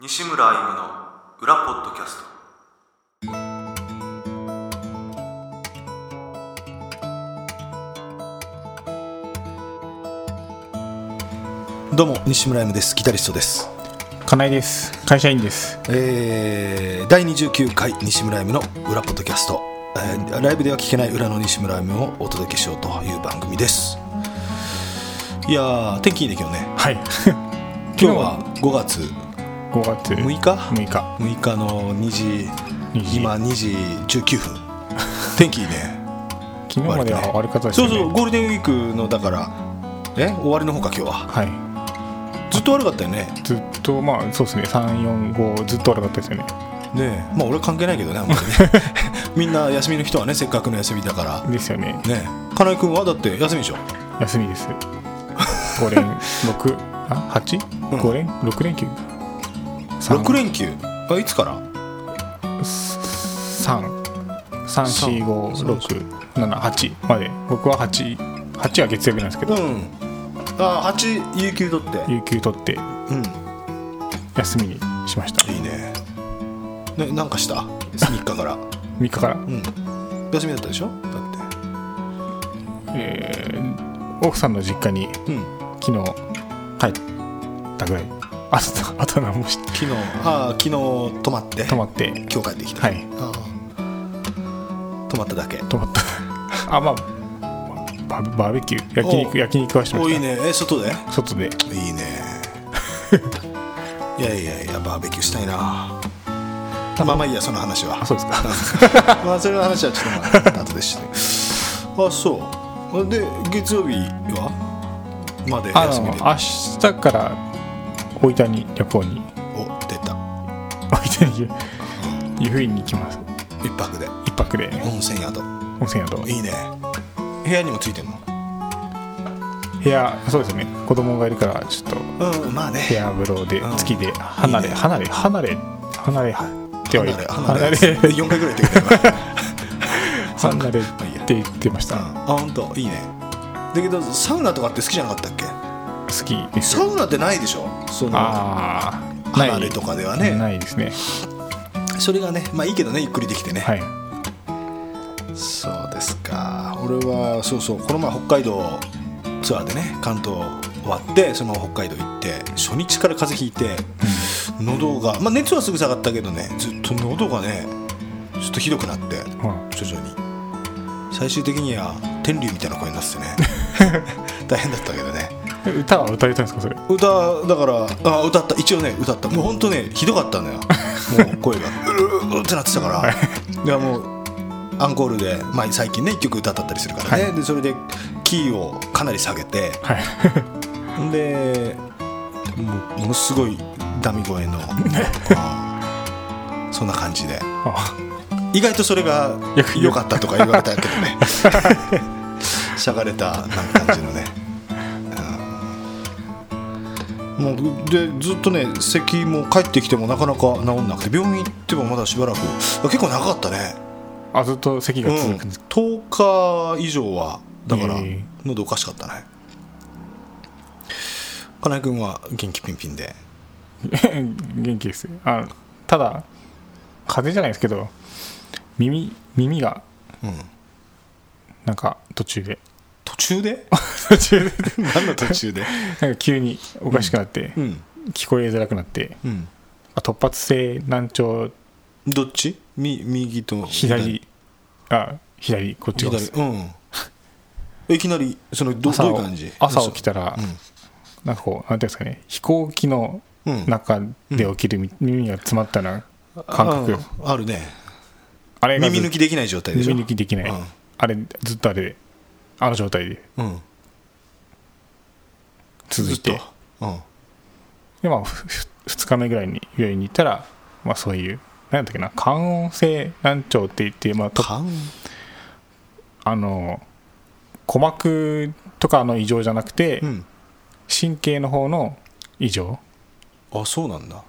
西村歩夢の裏ポッドキャストどうも西村 M ですギタリストです、金井です会社員ですえー、第29回西村 M の裏ポッドキャスト、えーライブでは聞けない裏の西村 M をお届けしようという番組ですいやー天気いいね今日ねはい今日は5月5月6 6日日6日の2時2時今2時19分天気いいね 昨日までは悪かったですそようねそうゴールデンウィークのだからえ終わりの方か今日ははずっと悪かったよねいずっとまあそうですね345ずっと悪かったですよねねえまあ俺は関係ないけどねあん まりねみんな休みの人はねせっかくの休みだからですよねねえ金井君はだって休みでしょ休 みです5連6あ八うん5連6連休6連休あいつから3345678まで僕は88は月曜日なんですけどんあ8有給取って有給取ってうん休みにしましたいいねねなんかした3日 から3日からうん休みだったでしょだってえー奥さんの実家にうん昨日帰ったぐらいあとあと何もして昨日ああ昨日泊まって泊まって今日帰ってきた、はいああ泊まっただけ泊まったあまあババーベキュー焼お肉焼肉はしてまおしいたいねえ外で外でいいねいやいやいやバーベキューしたいなまあまあいいやその話はあそうですか まあそれの話はちょっとまあ後でしてあそうで月曜日はまであ休みので明日から大分に旅行にお出た大分に湯布院に行きます一泊で一泊で温泉宿温泉宿いいね部屋にもついてんの部屋そうですね子供がいるからちょっとうんまあ部ね屋風呂でうん月で離れいいね離れ離れ離れって離は言れう離れ離れ4回ぐらい言ってくれた今三離回れっまあいいやて言ってましたあ本当いいねだけどサウナとかって好きじゃなかったっけ好きですサウナってないでしょそのああ離れとかではねないですねそれがねまあいいけどねゆっくりできてねはいそうですか俺はそうそうこの前北海道ツアーでね関東終わってその北海道行って初日から風邪ひいて喉が、まあ、熱はすぐ下がったけどねずっと喉がねちょっとひどくなってうん徐々に最終的には天竜みたいな声になっててね 大変だったけどねえ歌は歌えたんですかそれ歌だからあ歌った一応ね歌ったもう本当ねひどかったのよもう声が うーうーってなってたからいやもうアンコールで、まあ、最近ね1曲歌ったったりするからね、でそれでキーをかなり下げてはいでもうものすごいダミ声の、うんそんな感じであ意外とそれがよく良かったとか言われたけど ねしゃがれたなんか感じのね、うんもうでずっとね咳も帰ってきてもなかなか治んなくて病院行ってもまだしばらくあ結構長かったね、あずっと咳うん、が続くんです10日以上はだからへえ喉おかしかったね金井君は元気ピンピンで元気ですあただ風邪じゃないですけど耳耳がんなんか途中で途中で途中で 何の途中でなんか急におかしくなって、 うん聞こえづらくなってうんあ突発性難聴どっちみ右と左あ左こっち側です左うんえいきなりそのどどういう感じ朝朝起きたたら、なんかこうなんていうんですかね飛行機のうん中で起きるみ、耳が詰まったな感覚よああるねあれがず耳抜きできない状態でしょ耳抜きできない、うんあれずっとあれであの状態でうん続いずてっとうんで、まあ、2日目ぐらいに病院に行ったら、まあ、そういうなんだっけな感音性難聴って言って、まあ、とかんあの鼓膜とかの異常じゃなくて、うん神経の方の異常あそうなんだ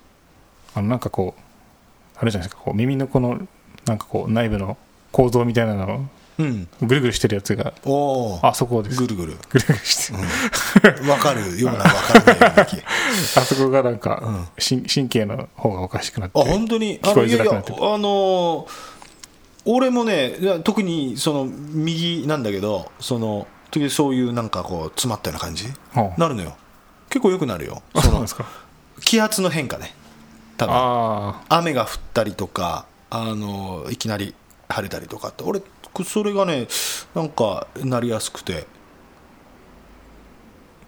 あのなんかこうあれじゃないですかこう耳のこのなんかこう内部の構造みたいなのうんをぐるぐるしてるやつがおおあそこです ぐるぐるぐるぐるして、 分かるような分からないような気あそこがなんか、しん神経の方がおかしくなってあ本当にあ聞のこえいやづいらくなやってるあのー俺もねいや特にその右なんだけどその時々そういうなんかこう詰まったような感じはあなるのよ結構よくなるよあそそうなんのですか気圧の変化ね多分あ雨が降ったりとかあのーいきなり晴れたりとかって俺それがねなんかなりやすくて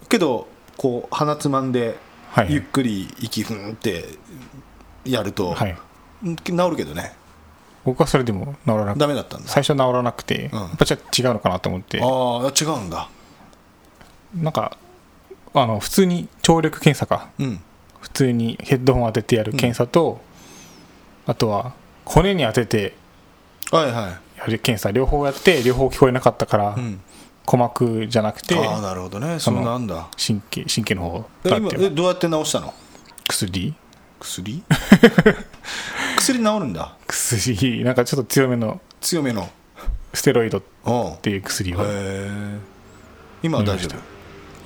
けどこう鼻つまんではいはいゆっくり息ふんってやると、あはいうん治るけどね僕はそれでも治らなくてダメだったんだ最初治らなくて、うんやっぱじゃあ違うのかなと思ってああ違うんだなんかあの普通に聴力検査かうん普通にヘッドホン当ててやる検査と、あとは骨に当ててはいはやる検査両方やって両方聞こえなかったから、い、うん、鼓膜じゃなくてああなるほどねそそのうなんだ神経神経の方えだっ今ていえうどうやって治したの薬 薬薬治るんだ薬 なんかちょっと強めの強めのステロイドっうんへていう薬をえ今は大丈飲みまし夫た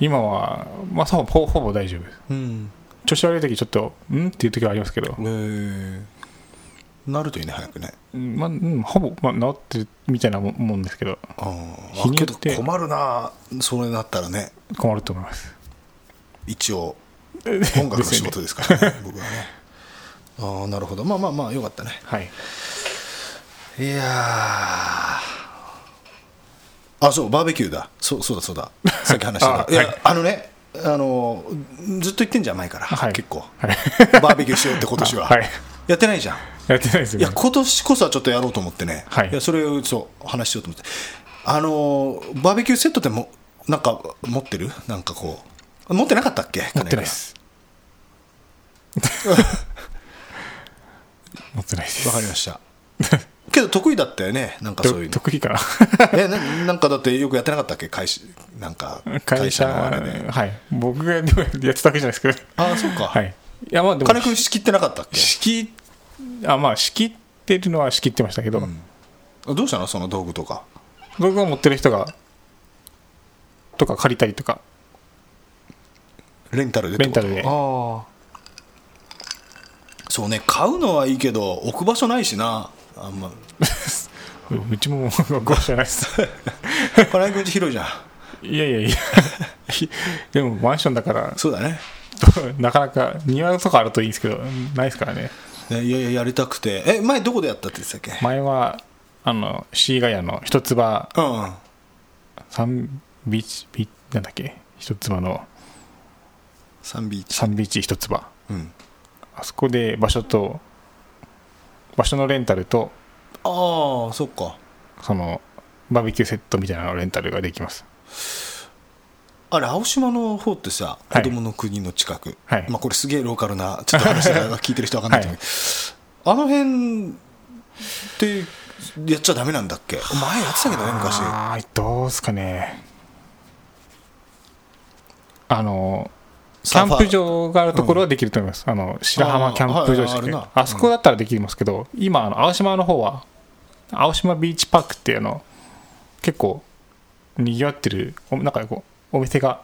今は、まあ、ほぼほほぼ大丈夫ですうん調子悪い時ちょっとうんっていう時はありますけどへ、えなるといいね早くねうんまあうん、ほぼ、まあ、治ってるみたいなももんですけどあー日あにけよどって困るなそれなったらね困ると思います一 応音楽の仕事ですからね僕はねああなるほどまあまあまあよかったねはいいやーあそうバーベキューだそうそうだそうださっき話してた、 あい、や、はいあのねあのずっと言ってんじゃん前から、はい結構はい バーベキューしようって今年は、あ はいやってないじゃんやってないですいやよね今年こそはちょっとやろうと思ってね、はいやそれをそう話しようと思ってあのバーベキューセットってもなんか持ってるなんかこう持ってなかったっけ持ってな いです 持ってないですわかりました けど得意だったよねなんかそういうどの得意かな えななんかだってよくやってなかったっけ会社なんか会会社社のあれではい僕がでもやってたわけじゃないですけどああそうか、はいいやまあでも金君仕切ってなかったっけ仕切あまあ仕切ってるのは仕切ってましたけど、どうしたのその道具とか僕が持ってる人がとか借りたりとかレンタルでってことレンタルでああそうね買うのはいいけど置く場所ないしなあんまうちもごじゃないです 金井君ち広いじゃんいやいやいや でもマンションだから そうだねなかなか庭とかあるといいんですけどないですからねねいやいややりたくてえ前どこでやったって言ってたっけ、前はあのシーガヤの一つ葉うん三ビーチビなんだっけ一つ葉のサンビーチ三ビーチ一つ葉うんあそこで場所と場所のレンタルとああそっかそのバーベキューセットみたいなのレンタルができますあれ青島の方ってさは子い供の国の近く、はいまあ、これすげえローカルなちょっと話だから聞いてる人わかんないと思うけど、あの辺ってやっちゃダメなんだっけ前やってたけどね昔あーどうすかねあのキサーャファンープ場があるところはできると思います、あの白浜キャンプ場でしたっけあーはいはいあるあなそこだったらできますけど、今あの青島の方は青島ビーチパークっていうの結構にぎわってるおなんかこうお店が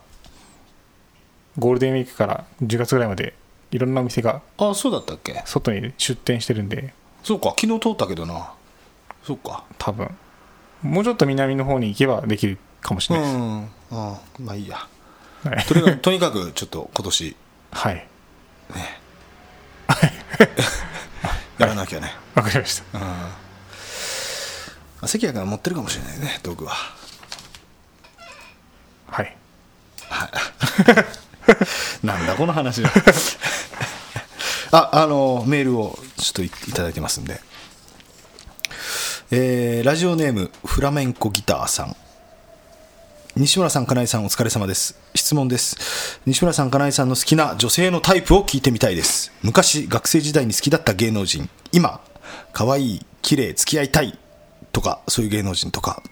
ゴールデンウィークから10月ぐらいまでいろんなお店があそうだったっけ外に出店してるんでそうか昨日通ったけどなそうか多分もうちょっと南の方に行けばできるかもしうれないでんあまあいいやす、はいとにかくとにかくちょっと今年はい。やらなきゃね、わかりました。あ関谷君が持ってるかもしれないね道具ははい。なんだこの話はああのメールをちょっといいただいてますんで、えーラジオネームフラメンコギターさん西村さん、金井さん、お疲れ様です。質問です。西村さん、金井さんの好きな女性のタイプを聞いてみたいです。昔、学生時代に好きだった芸能人、今、可愛い、綺麗、付き合いたいとか、そういう芸能人とか、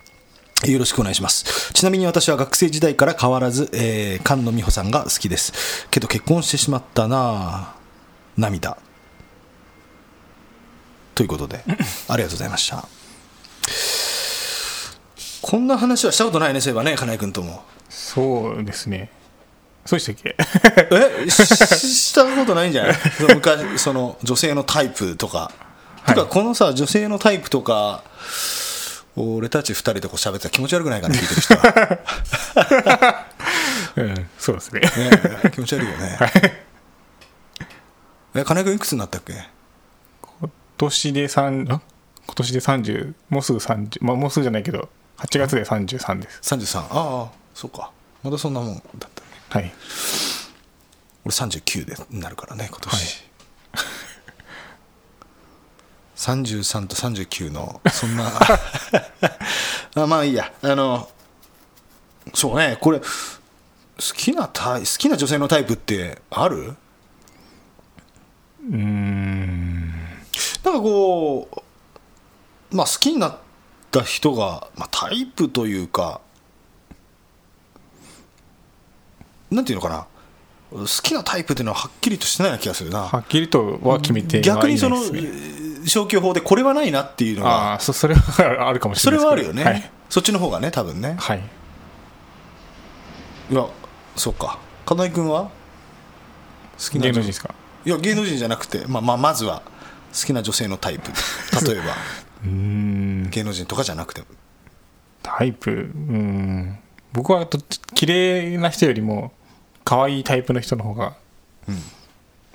よろしくお願いします。ちなみに私は学生時代から変わらず、えー、菅野美穂さんが好きです。けど結婚してしまったなぁ涙。ということで、ありがとうございました。こんな話はしたことないね、そういえばね、金井君とも。そうですね。そうでしたっけえししたことないん じゃないその昔その女性のタイプとか、はいてかこのさ女性のタイプとか俺たち2人でこう喋ってたら気持ち悪くないかな聞いてる人は、うん、 そうですね。 ね、気持ち悪いよねえ金井君いくつになったっけ今年で3、あ今年で30、もうすぐ30、まあもうすぐじゃないけど、8月で33です。 33ああそうかまだそんなもんだったねはい。俺39でなるからね今年、はい33と39のそんな あまあいいやあのそうねこれ好きなタイ好きな女性のタイプってあるうーん。なんかこうまあ好きになった人が、まあ、タイプというかなんていうのかな好きなタイプっていうのははっきりとしてないような気がするなはっきりとは決めてはいな逆いにです、そね、の消去法でこれはないなっていうのあがあ、そそれは あるかもしそれれないはあるですよけね、どそっちの方がね多分ねはい。はい。いやそうか金井君は好きな芸女能人ですかいや芸能人じゃなくて、まあ、まあまずは好きな女性のタイプ例えば うーん。芸能人とかじゃなくてもタイプ、うーん。僕はどっち綺麗な人よりも、可愛いタイプの人の方が、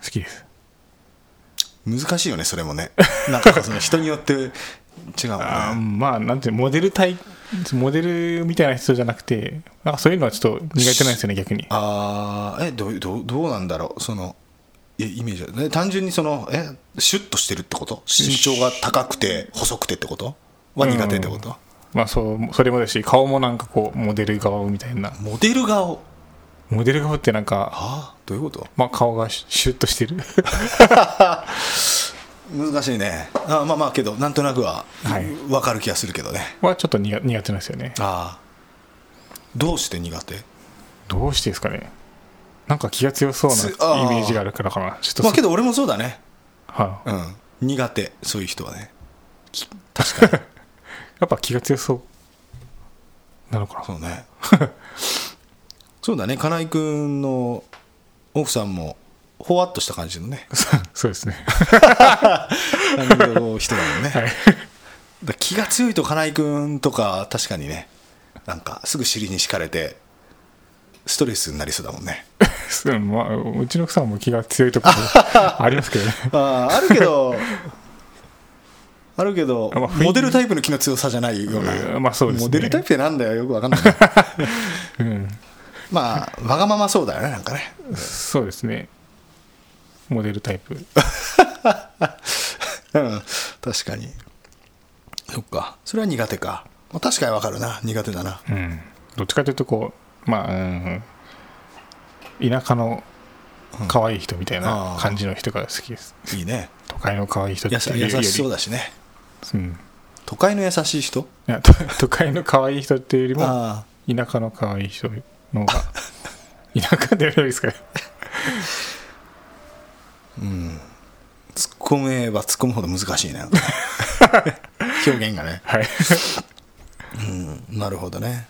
好きです。難しいよねそれも ねなんかその人によって違うもんねあーまあなんていうのモデル体モデルみたいな人じゃなくてなんかそういうのはちょっと苦手なんですよね逆にあーえどうどうどうなんだろうそのえイメージはね単純にそのえシュッとしてるってこと身長が高くて細くてってことは苦手ってこと、まあそうそれもだし顔もなんかこうモデル顔みたいなモデル顔モデル顔ってなんかああどういうことまあ顔がシュシュッとしてる 難しいねあまあまあけどなんとなくははい分かる気がするけどね、はちょっと苦苦手なんですよねああどうして苦手どうしてですかねなんか気が強そうすあなーイメージがあるからかなちょっとまあけそど俺もそうだねはういん苦手そういう人はねやっぱ気が強そうなのかなそう ねそうだね金井君の奥さんもほわっとした感じのね そうですね感じの人だもんね、はいだ気が強いと金井君とか確かにねなんかすぐ尻に敷かれてストレスになりそうだもんねそうまあうちの奥さんも気が強いところありますけどね あああるけど あるけど、まあ雰囲気モデルタイプの気の強さじゃないような、うんまあそうですねモデルタイプってなんだよよくわかんない うんまあわがままそうだよねなんかねそうですね。モデルタイプ。うん、確かにそっかそれは苦手か、まあ、確かにわかるな苦手だなうん。どっちかというと、こう、まあ、うん、田舎の可愛い人みたいあなー感じの人が好きです。いいね都会の可愛い人って優いうよ優り。しそうだしねうん。都会の優しい人いや都 都会の可愛い人っていうよりも、あ田舎の可愛い人の方 が、田舎でよりですかね。あ突っ込めば突っ込むほど難し いね表現がね はい。なるほどね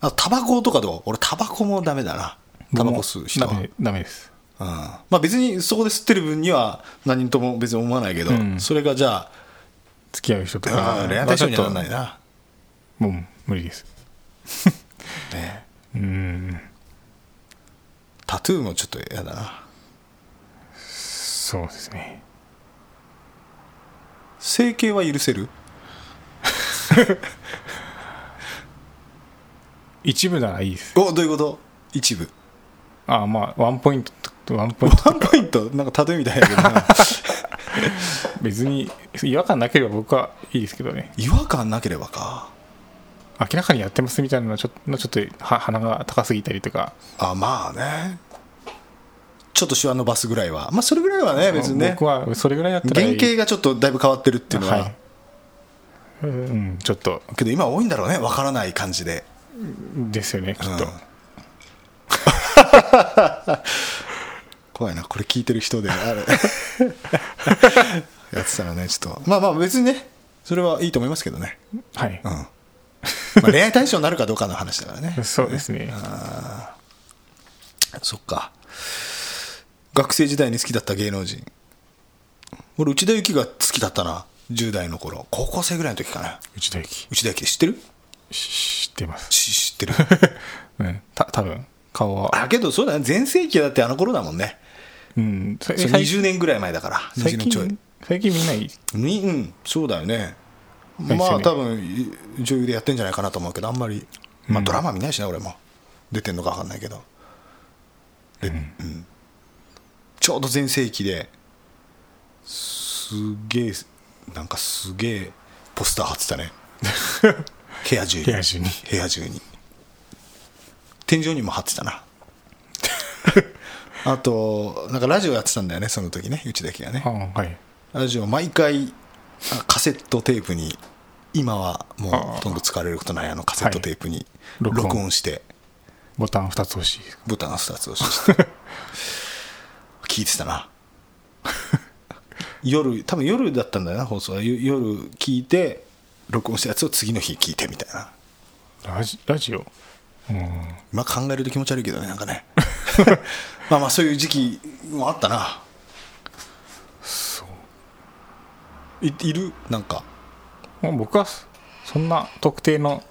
あタバコとかどう俺タバコもダメだなタバコ吸う人はダメダメです。うんまあ別にそこで吸ってる分には何とも別に思わないけど、うんそれがじゃ付き合う人とあ、か。うん、恋愛対象にはならまあなちいょっな、ともう無理です。ね、うん。タトゥーもちょっと嫌だなそうですね。整形は許せる一部ならいいです。おどういうこと一 部ああまあワンポイントとワンポイント ワンポイントなんか例えみたいだけど な別に違和感なければ僕はいいですけどね違和感なければか明らかにやってますみたいなのはちょのちょっとは鼻が高すぎたりとかあまあねちょっと手話伸ばすぐらいはまあそれぐらいはね別にね僕はそれぐらいだったら原いい型がちょっとだいぶ変わってるっていうのは、はいうんちょっとけど今多いんだろうねわからない感じでですよねきっと、うん怖いなこれ聞いてる人であ れやってたらねちょっとまあまあ別にねそれはいいと思いますけどねはいうん、ま あ、恋愛対象になるかどうかの話だからねそうですねそっか学生時代に好きだった芸能人俺内田有紀が好きだったな10代の頃高校生ぐらいの時かな内田有紀内田有紀知ってる知ってます、し知ってるうん、た多分顔は あけどそうだね全盛期はだってあの頃だもんねうんさそう最20年ぐらい前だから20最年ちょい近最近みんないいにうんそうだよねですまよあね多分女優でやってんじゃないかなと思うけどあんまり、まあ、ドラマ見ないしね、俺も出てんのか分かんないけどで、うんちょうど全盛期ですげえなんかすげえポスター貼ってた ね部屋中に部屋中に部屋中に天井にも貼ってた なあとなんかラジオやってたんだよねその時ね内田家がねあはいラジオ毎回あカセットテープに今はもうほとんど使われることないあのカセットテープにはい録音録音してボタン2つ欲しいボタン2つ押して 聞いてたな 夜多分夜だったんだよな放送はゆ夜聞いて録音したやつを次の日聞いてみたいなラジラジオうん今考えると気持ち悪いけどねなんか ねまあまあそういう時期もあったなそういいるなんかまあ僕はそそんな特定の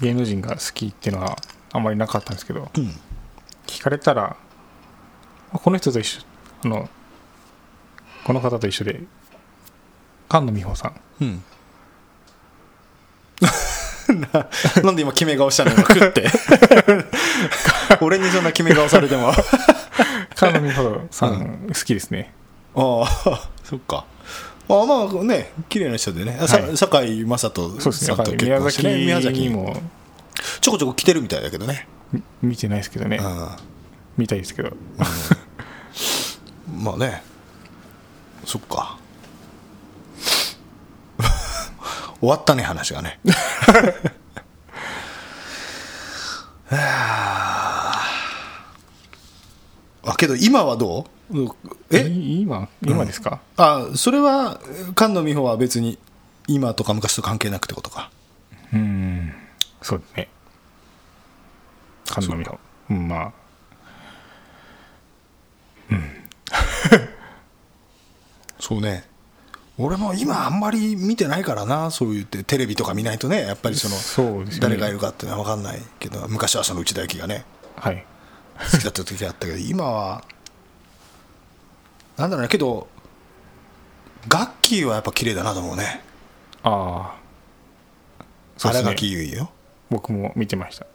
芸能人が好きっていうのはあんまりなかったんですけど、ん聞かれたらあこの人と一緒あのこの方と一緒で菅野美穂 さんうん。な なんで今決め顔したの今食って 俺にそんな決め顔されて もあ菅野美穂さん好きですね、あそっかああまあね綺麗な人でね、あさはい堺雅人そうですさねんと結宮婚して崎ね宮崎ににももちょこちょこ来てるみたいだけどね、み見てないですけどね、うん、見たいですけどまあねそっか 終わったね話がね あけど今はどうえい今今ですか、あそれは菅野美穂は別に今とか昔と関係なくってことかうん、そうですね。菅野美穂。うん、まあ。そうね俺も今あんまり見てないからなそう言ってテレビとか見ないとねやっぱりそのそうですね誰がいるかっていうのは分かんないけど昔はその内田有紀がねはい。好きだった時があったけど今はなんだろうねけどガッキーはやっぱ綺麗だなと思うねああ。そう新で垣すね。結衣よ僕も見てました。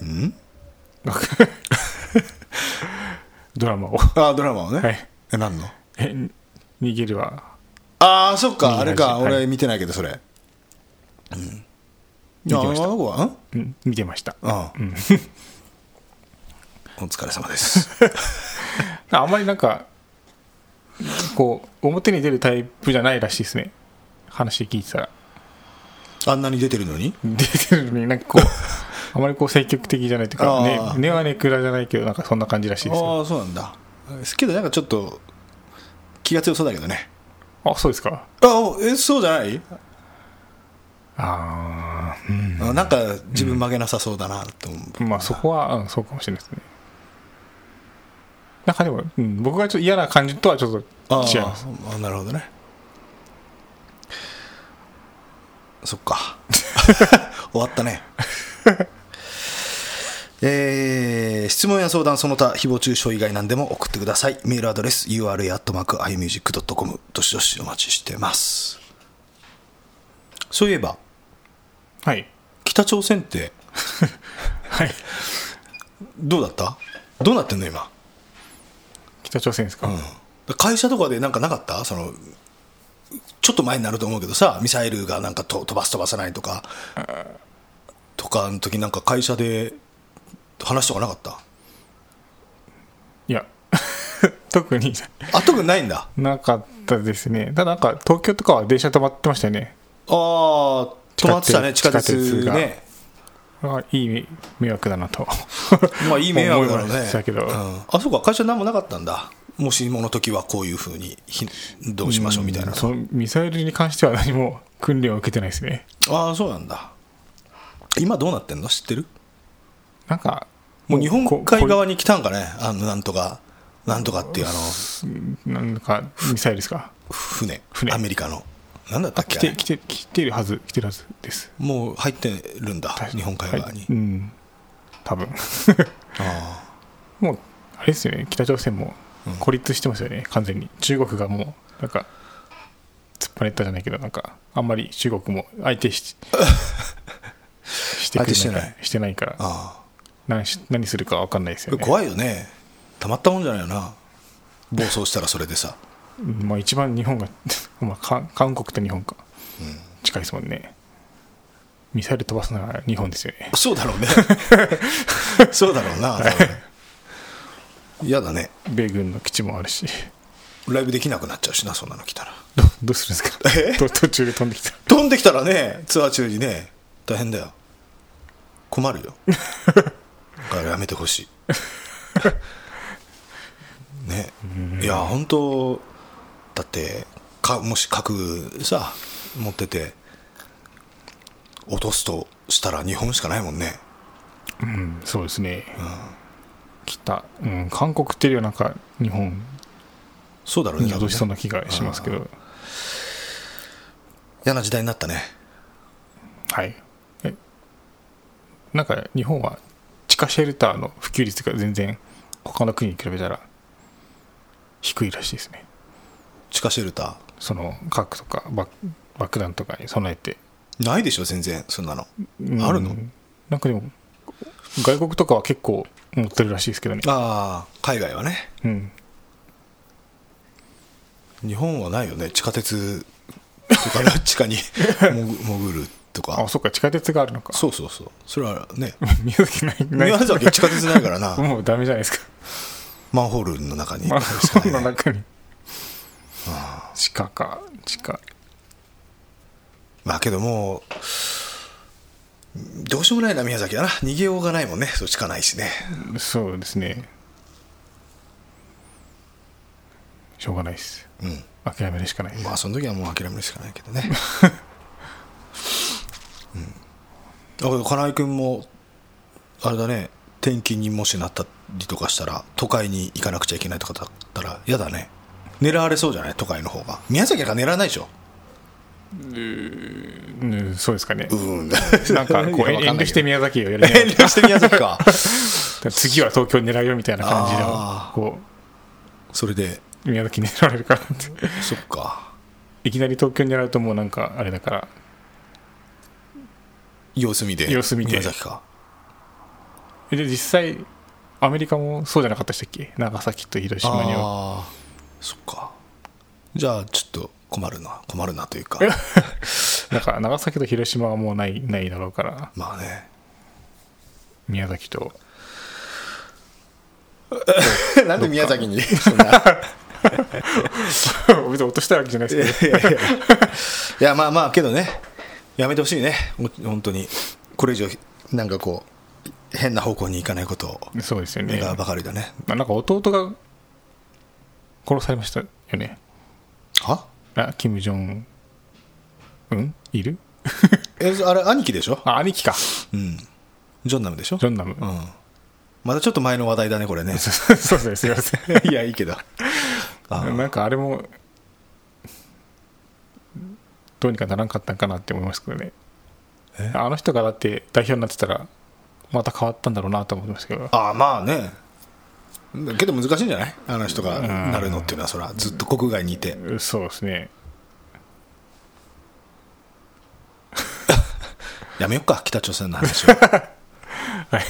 うん ドラマを。 ああドラマをね、はいえ何のえ、に逃げるは。ああそっいいかあ話れか、はい俺見てないけどそれうん見てましたああの子はんうん、見てました。ああ、 お疲れ様です あんまりなんか、こう、表に出るタイプじゃないらしいですね。話聞いてたら。あんなに出てるのに出てるのになんかこう、 あまりこう積極的じゃないというか、ねあ、ー根はねくらじゃないけど、なんかそんな感じらしいですよ。ああそうなんだけどなんかちょっと気が強そうだけどねあ、そうですか。あおえそうじゃないああ、うん。あなんか自分曲げなさそうだなと思う、まあそこは、うん、そうかもしれないですね。なんかでも、うん、僕がちょっと嫌な感じとはちょっとあ違います。あなるほどねそっか 終わったね えー質問や相談その他誹謗中傷以外何でも送ってくださいメールアドレス ura.imusic.com どしどしお待ちしてますそういえばはい。北朝鮮ってはい。 どうだったどうなってんの今北朝鮮ですか、会社とかでなんかなかったそのちょっと前になると思うけどさミサイルがなんかと飛ばす飛ばさないとかとかの時なんか会社で話とかなかったいや、 特にあ特にないんだなかったですね。ただなんか東京とかは電車止まってましたよね。あー止まってたね地地下下鉄鉄ねあいい迷迷惑だなと。まあいい迷惑だろう思いまねしたけどうんあそうか会社何もなかったんだもしもの時はこういうふうにひどうしましょうみたいなそのミサイルに関しては何も訓練を受けてないですね。ああそうなんだ今どうなってんの知ってるなんか、もう日本ここ海側に来たんかねあのなんとかなんとかっていうあのなんかミサイルですか船船アメリカのなんだったっけ来あてれ来て来てるはず来てるはずですもう入ってるんだ日本海側に、はいうん多分 あもうあれですよね北朝鮮も孤立してますよね、完全に中国がもうなんか突っ張れたじゃないけどなんかあんまり中国も相 手ししてくれな相手いしてからないしてないからああ何し何するか分かんないですあよね怖いよねたまったもんじゃないよな暴走したらそれでさうんまあ、一番日本が、 まあ、韓韓国と日本か、近いですもんねミサイル飛ばすなら日本ですよねそうだ ろうねそうだろうな多分嫌だね米軍の基地もあるしライブできなくなっちゃうしなそんなの来たらど どうするんですかえと途中で飛んできた飛んできたらねツアー中にね大変だよ困 るよだからやめてほしい ねいや本当だってかもし核さ持ってて落とすとしたら日本しかないもんねうんそうですね、北、うん、韓国っていうよりはなんか日本そうだろうねに多分脅ねしそうな気がしますけど、嫌な時代になったねはいえなんか日本は地下シェルターの普及率が全然他の国に比べたら低いらしいですね地下シェルタその核とか爆爆弾とかに備えて、ーないでしょ全然そんなのあるのうんなんかでも外国とかは結構持ってるらしいですけどねああ海外はねうん日本はないよね地下鉄とかね地下 に潜潜るとあかそっか地下鉄があるのかそうそうそうそれはね宮崎 ないない宮崎は地下鉄ないからな もうダメじゃな いですかマンホールの中にマンしかホールなのいね中に地下か地下 まあけどもうどうしようもないな宮崎はな逃げようがないもんねそう地下ないしねそうですねしょうがないですうん諦めるしかないですまあその時はもう諦めるしかないけど ねうんだけど金井君もあれだね転勤にもしなったりとかしたら都会に行かなくちゃいけないとかだったら嫌だね狙われそうじゃない都会の方が宮崎なんか狙わないでしょうんそうですかねうん なんかこう遠慮して宮崎をやる遠慮して宮崎か次は東京狙うよみたいな感じあのこそれでう宮崎狙われるからってそっかいきなり東京狙うともうなんかあれだから様子見で様子見て宮崎かえで実際アメリカもそうじゃなかったでしたっけ長崎と広島にはああそっかじゃあちょっと困るな困るなという かだから長崎と広島はもうないないだろうからまあね宮崎となんで宮崎にそんな 別に落としたいわけじゃないですいけやまあまあけどねやめてほしいねほん本当にこれ以上なんかこう変な方向に行かないことをどそうですよね願うばかりだねまあなんか弟が殺されましたよねはあキム・ジョンうんいるえあれ兄貴でしょあ兄貴かうんジョンナムでしょジョンナム、うんまたちょっと前の話題だねこれねそう ですねすいませんいやいいけどあ なんかあれもどうにかならんかったんかなって思いますけどねえあの人がだって代表になってたらまた変わったんだろうなと思ってますけどあまあねけど難しいんじゃないあの人がなるのっていうのはそらずっと国外にいてそうですねやめよっか北朝鮮の 話 ははい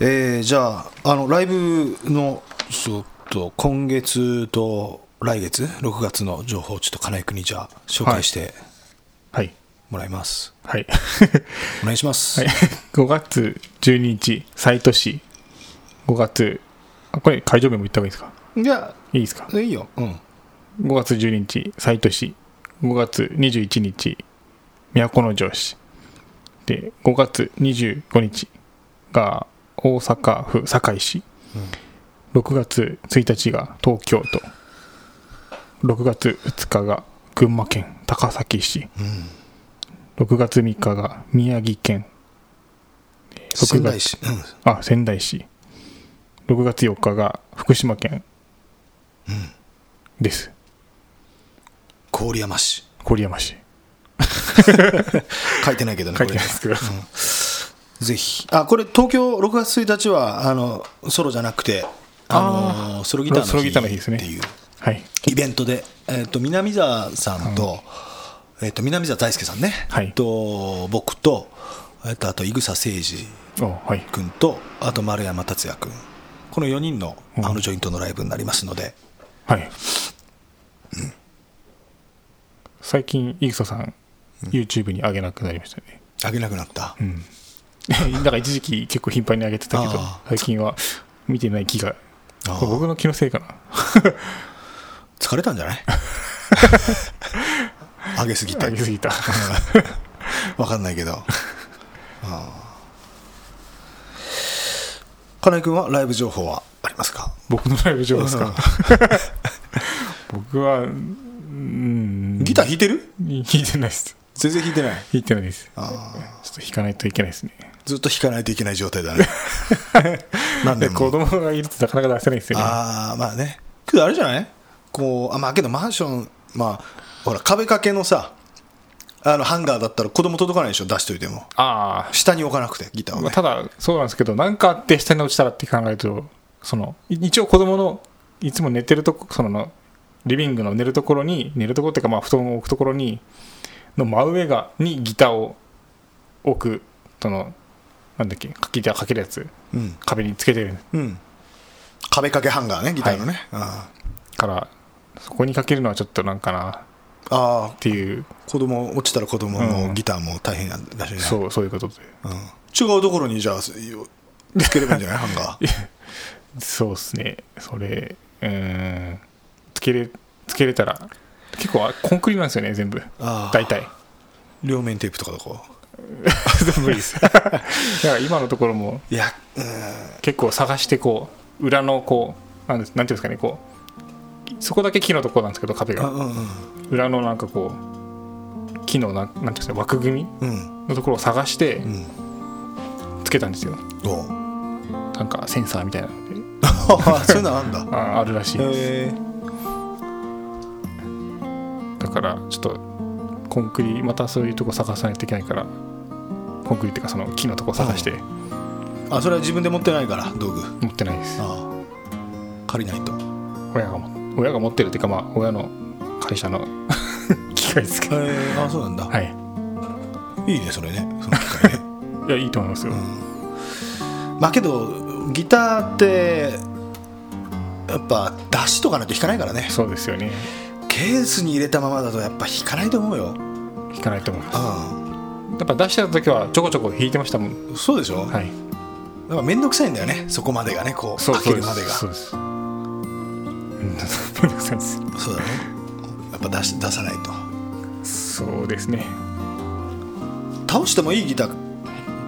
えーじゃああのライブのちょっと今月と来月6月の情報をちょっと金井君にじゃあ紹介してはいもらいます、はい、お願いします、 5月12日西都市5月あこれ会場名も言った方がいいですかいやいいですかいいようん5月12日西都市5月21日都城市で5月25日が大阪府堺市、6月1日が東京都6月2日が群馬県高崎市、6月3日が宮城県仙台市、うん、あ仙台市6月4日が福島県です郡山市郡山市書いてないけどね書いてないですけど、これぜひあこれ東京6月1日はあのソロじゃなくてあのソロギターの日ソロギターの日ですねっていうはいイベントで、えっと南沢さんと,、えっと南沢大輔さんね、はいと僕と、えっとあと井草誠二あはい君とあと丸山達也君この4人のあのジョイントのライブになりますので、はい最近井草さん YouTube に上げなくなりましたね あげなくなった、だから一時期結構頻繁に上げてたけどあ最近は見てない気があーこれ僕の気のせ いかな疲れたんじゃない 上げすぎて上げすぎたわかんないけどあー金井君はライブ情報はありますか僕のライブ上ですか僕はうんギター弾いてる弾いてないです全然弾いてない弾いてないですちょっと弾かないといけないですねずっと弾かないといけない状態だ ねなんでで子も供がいるとなかなか出せないんですよねああまあねけどあれじゃないこうあまあけどマンションまあほら壁掛けのさあのハンガーだったら子供届かないでしょ出しといてもあ下に置かなくてギターあをまあねただそうなんですけど何かあって下に落ちたらって考えるとそのい一応子供のいつも寝てるとこそのリビングの寝るところに寝るところっていうかまあ布団を置くところにの真上がにギターを置くそのなんだっけギターかけるやつうん壁につけてるうん壁掛けハンガーねギターのね、あからそこにかけるのはちょっとなんかなっーあていうー子供落ちたら子供うのんギターも大変なんだしね、そうそういうことでうん、違うところにじゃあつければいいんじゃないハン ガーそうですねそれうーんつけれつけれたら結構あコンクリなんですよね全部あー大体両面テープとかとこ無理 ですだから今のところもういやうん結構探してこう裏のこうなんですなんていうんですかねこうそこだけ木のところなんですけど壁あがうん裏のなんかこう木のなんなんていうんですかね枠組みうんうんのところを探してうんつけたんですよおう なんかセンサーみたいなのであそういうのあんだああるらしいですへえだからちょっとコンクリまたそういうとこ探さないといけないからコンクリっていうかその木のとこ探してあそれは自分で持ってないから道具持ってないですああ借りないと親がも親が持ってるっていうかまあ親の会社の 機械ですけどへえあそうなんだ、はいい、いねそれねその機会ね いやいいと思いますよ、まあけどギターってやっぱ出しとかないと弾かないからねそうですよねケースに入れたままだとやっぱ弾かないと思うよ弾かないと思いますうやっぱ出してた時はちょこちょこ弾いてましたもんんそうでしょ、はいだから面倒くさいんだよねそこまでがねこうそう開そけうでるまですがそそうですうん めんどくさいですうだねやっぱ出し出さないとそうですね倒してもいいギター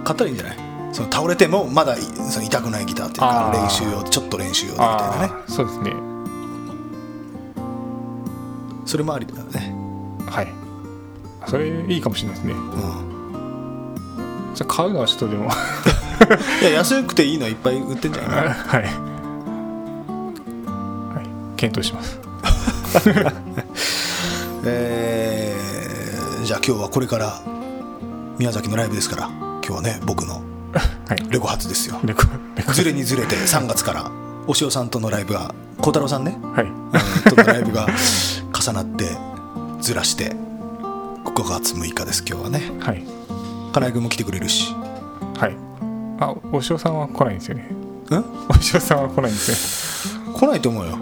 買ったらいいんじゃないその倒れてもまだいその痛くないギターっていうかあー練習用ちょっと練習用でみたいなねああそうですねそれもありだよねはいそれいいかもしれないですねうんじゃあ買うのはちょっとでもいや安くていいのいっぱい売ってんじゃないはい、はい、検討しますえーじゃあ今日はこれから宮崎のライブですから今日はね僕のはいレゴ初ですよレコレコずれにずれて3月から押尾さんとのライブが孝太郎さんねはいうんとのライブが重なってずらして5月6日です今日はねはい金井君も来てくれるしはいあお塩さんは来ないんですよねうんお塩さんは来ないんです来ないと思うよよ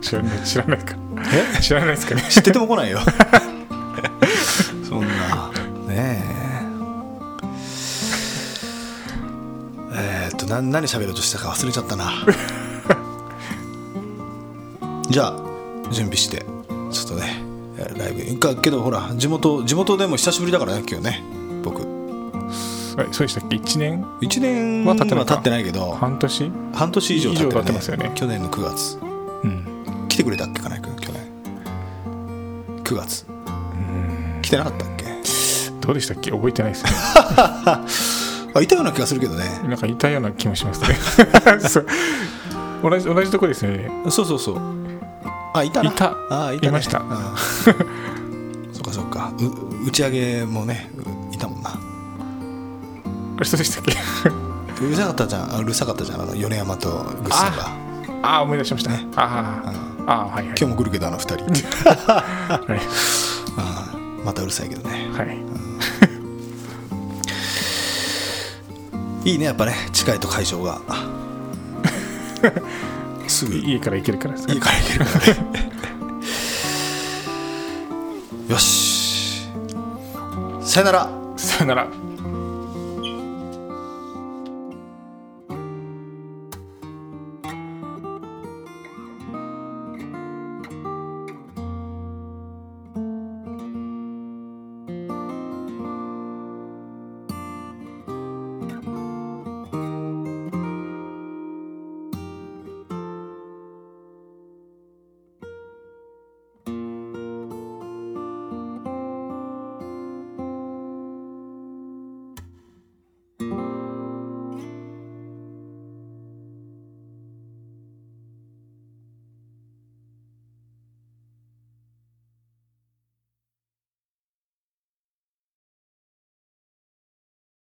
知らない知らないかえ知らないですかね知ってても来ないよ そんなねええーっとな何喋ろうとしたか忘れちゃったな じゃあ準備してちょっとねえーライブ行くかけどほら地元地元でも久しぶりだからね今日ね僕はいそうでしたっけ1年1年はは経ってないか経ってないけど半年半年以上経って,、以上経ってますよね去年の9月うん来てくれたっけ金井君去年9月来てなかったっけどうでしたっけ覚えてないですねあいたような気がするけどねなんかいたような気もしますね そう同じ同じとこですよねそうそうそうあいたないたあいた、ね、いましたうん そっかそっかう打ち上げもねういたもんなあれそうでしたっけうるさかったじゃんあうるさかったじゃんあの米山とグッさんがああ思い出しましたねあーあーはいはい今日も来るけどあの二人はいうんまたうるさいけどねはいいいねやっぱね近いと会場 がすぐ家から行けるからですね家から行けるからねよしさよならさよなら